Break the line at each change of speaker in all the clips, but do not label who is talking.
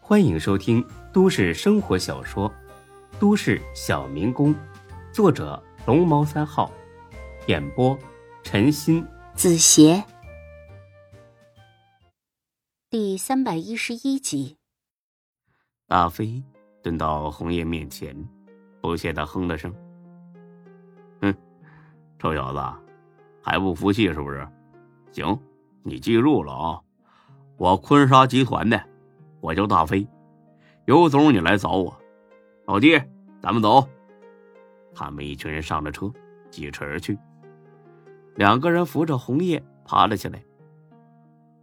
欢迎收听都市生活小说《都市小民工》，作者龙猫三号，演播陈鑫、
子邪，第三百一十一集。
大飞蹲到红叶面前，不屑的哼了声：“哼，臭小子，还不服气是不是？行，你记住了啊，我坤沙集团的，我叫大飞，有种你来找我。老弟，咱们走。”他们一群人上了车，疾驰而去。两个人扶着红叶爬了起来。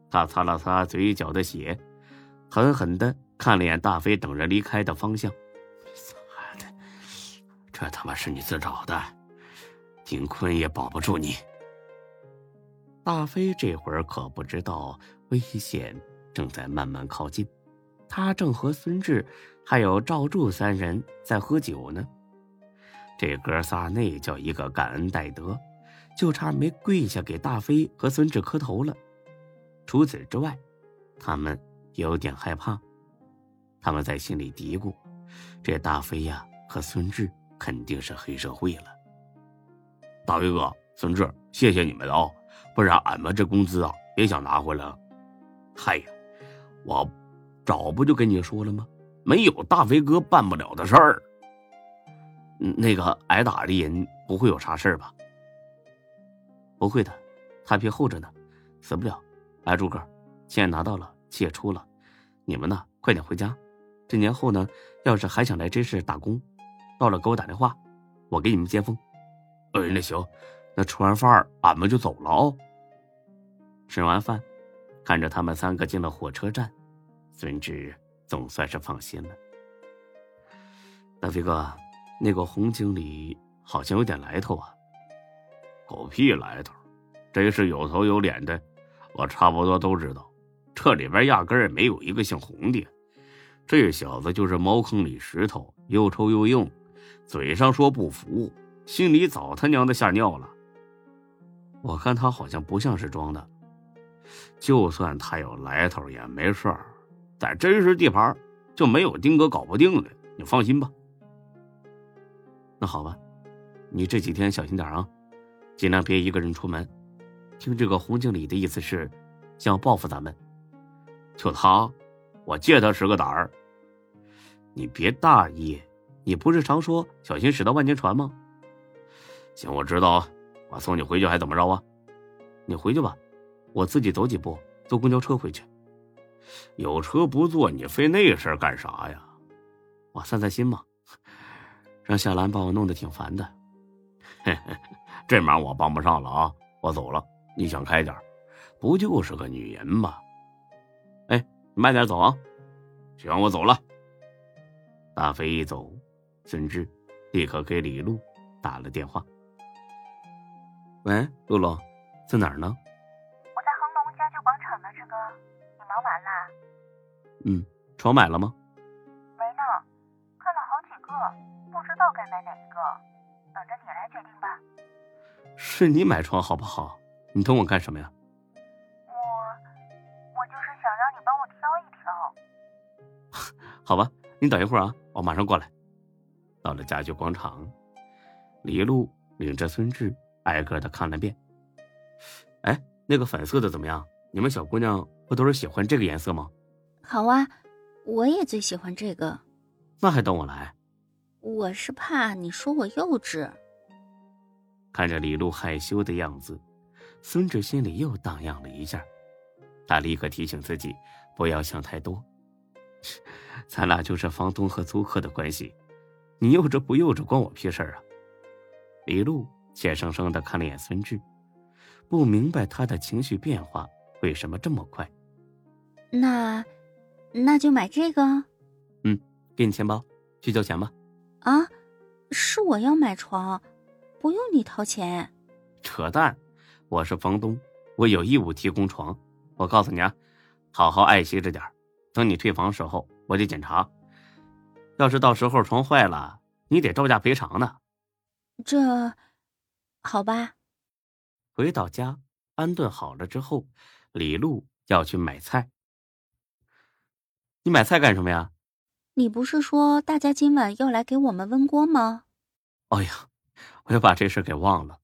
他擦了擦嘴角的血，狠狠的看了眼大飞等人离开的方向。妈的，这他妈是你自找的，丁坤也保不住你。大飞这会儿可不知道危险正在慢慢靠近，他正和孙志还有赵柱三人在喝酒呢。这哥仨那叫一个感恩戴德，就差没跪下给大飞和孙志磕头了。除此之外，他们有点害怕。他们在心里嘀咕：这大飞呀、和孙志肯定是黑社会了。大飞哥、孙志，谢谢你们啊、不然俺们这工资啊也想拿回来啊。嗨呀，我早不就跟你说了吗？没有大飞哥办不了的事儿。嗯那个挨打的人不会有啥事儿吧？不会的，太平厚着呢，死不了。哎，朱哥，钱也拿到了，气也出了，你们呢，快点回家。这年后呢，要是还想来真市打工，到了给我打电话，我给你们接风。哎，那行，那吃完饭儿俺们就走了哦。吃完饭，看着他们三个进了火车站，孙志总算是放心了。大飞哥，那个洪经理好像有点来头啊。狗屁来头，真是有头有脸的，我差不多都知道。这里边压根儿也没有一个姓洪的，这小子就是茅坑里石头，又臭又硬，嘴上说不服，心里早他娘的吓尿了。我看他好像不像是装的，就算他有来头也没事儿，在真实地盘儿就没有丁哥搞不定的，你放心吧。那好吧，你这几天小心点儿啊，尽量别一个人出门。听这个洪经理的意思是，想要报复咱们。就他，我借他十个胆儿。你别大意，你不是常说小心驶得万年船吗？行，我知道啊，我送你回去还怎么着啊？你回去吧，我自己走几步，坐公交车回去。有车不坐，你费那事儿干啥呀？我散散心嘛，让夏兰把我弄得挺烦的。这忙我帮不上了啊，我走了。你想开点儿，不就是个女人吗？哎，你慢点走啊。行，我走了。大飞一走，孙志立刻给李璐打了电话。喂，露露，在哪儿呢？
我在恒隆家具广场呢，志哥，你忙完啦？
嗯，床买了吗？
没呢，看了好几个，不知道该买哪一个，等着你来决定吧。
是你买床好不好？你等我干什么呀？
我，我就是想让你帮我挑一挑。
好吧，你等一会儿啊，我马上过来。到了家具广场，李璐领着孙志挨个的看了遍。哎，那个粉色的怎么样？你们小姑娘不都是喜欢这个颜色吗？
好啊，我也最喜欢这个。
那还等我来？
我是怕你说我幼稚。
看着李璐害羞的样子，孙志心里又荡漾了一下。他立刻提醒自己不要想太多，咱俩就是房东和租客的关系，你幼稚不幼稚关我屁事儿啊！李璐怯生生的看了眼孙志，不明白他的情绪变化为什么这么快。
那，那就买这个
给你钱包，去交钱吧。
啊？是我要买床，不用你掏钱。
扯淡！我是房东，我有义务提供床。我告诉你啊，好好爱惜着点儿等你退房时候，我得检查。要是到时候床坏了，你得照价赔偿呢。
这，好吧，
回到家安顿好了之后，李璐要去买菜。你买菜干什么呀？
你不是说大家今晚要来给我们温锅吗？
哎呀，我又把这事给忘了。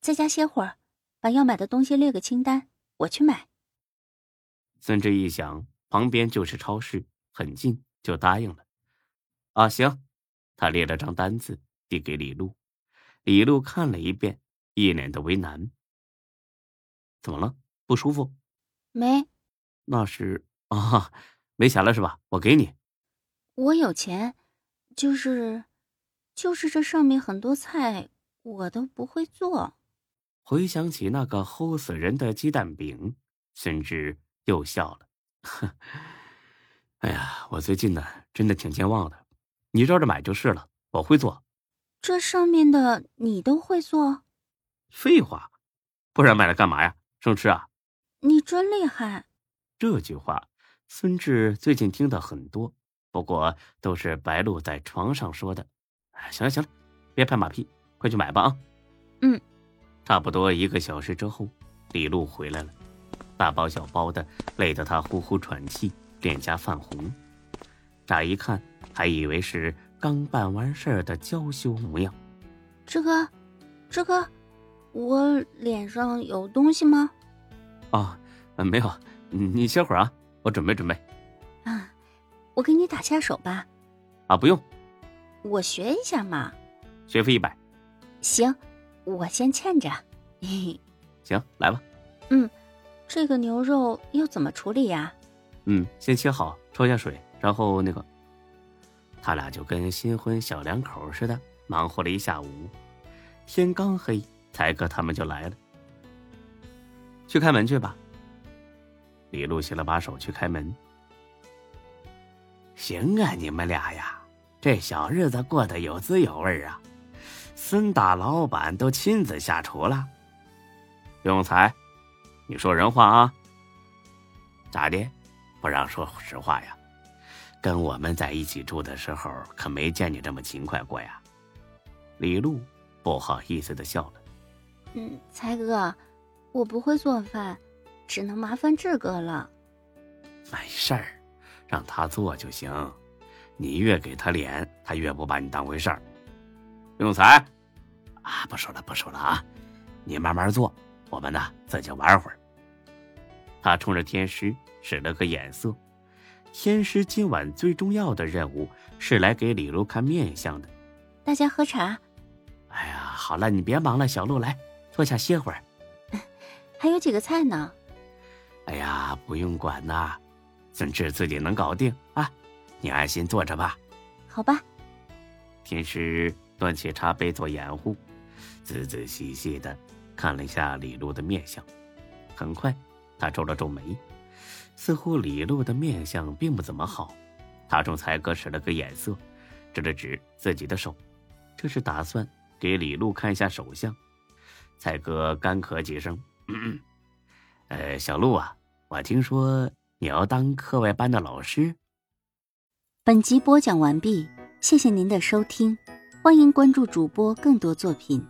在家歇会儿，把要买的东西列个清单，我去买。
孙志一想，旁边就是超市，很近，就答应了。啊，行。他列了张单子递给李璐，李璐看了一遍，一脸的为难。怎么了？不舒服？
没，
那是啊，没钱了是吧？我给你。
我有钱，就是，就是这上面很多菜我都不会做。
回想起那个齁死人的鸡蛋饼，孙志又笑了。呵哎呀，我最近呢真的挺健忘的，你照着买就是了，我会做。
这上面的你都会做，
废话，不然买来干嘛呀？生吃啊？
你真厉害。
这句话，孙志最近听的很多，不过都是白露在床上说的。哎行了行了，别拍马屁，快去买吧啊！
嗯，
差不多一个小时之后，李璐回来了，大包小包的，累得他呼呼喘气，脸颊泛红。乍一看，还以为是刚办完事儿的娇羞模样。
这个，这个，我脸上有东西吗？
啊、呃没有，你你歇会儿啊，我准备准备
啊，我给你打下手吧，
啊，不用，
我学一下嘛。
学费一百，
行，我先欠着。嘿嘿，
行，来吧，
这个牛肉要怎么处理呀、
嗯，先切好，焯下水，然后那个，他俩就跟新婚小两口似的，忙活了一下午，天刚黑，才哥他们就来了，去开门去吧。李璐洗了把手去开门。行啊，你们俩呀，这小日子过得有滋有味啊！孙大老板都亲自下厨了。永才，你说人话啊？咋的？不让说实话呀？跟我们在一起住的时候，可没见你这么勤快过呀。李璐不好意思的笑了。
嗯，才哥，我不会做饭，只能麻烦志哥了。
没事儿，让他做就行。你越给他脸，他越不把你当回事儿。永才，啊，不说了，不说了啊，你慢慢做，我们呢自己玩会儿。他冲着天师使了个眼色。天师今晚最重要的任务是来给李璐看面相的。
大家喝茶，
哎呀，好了，你别忙了，小璐来坐下歇会儿。
还有几个菜呢？
哎呀，不用管呐，孙志自己能搞定啊，你安心坐着吧。
好吧，
天师端起茶杯做掩护，仔仔细细的看了一下李璐的面相。很快，他皱了皱眉，似乎李璐的面相并不怎么好。他冲才哥使了个眼色，指了指自己的手，这是打算给李璐看一下手相。才哥干咳几声，嗯嗯，呃，小璐啊，我听说你要当课外班的老师，
本集播讲完毕，谢谢您的收听，欢迎关注主播更多作品。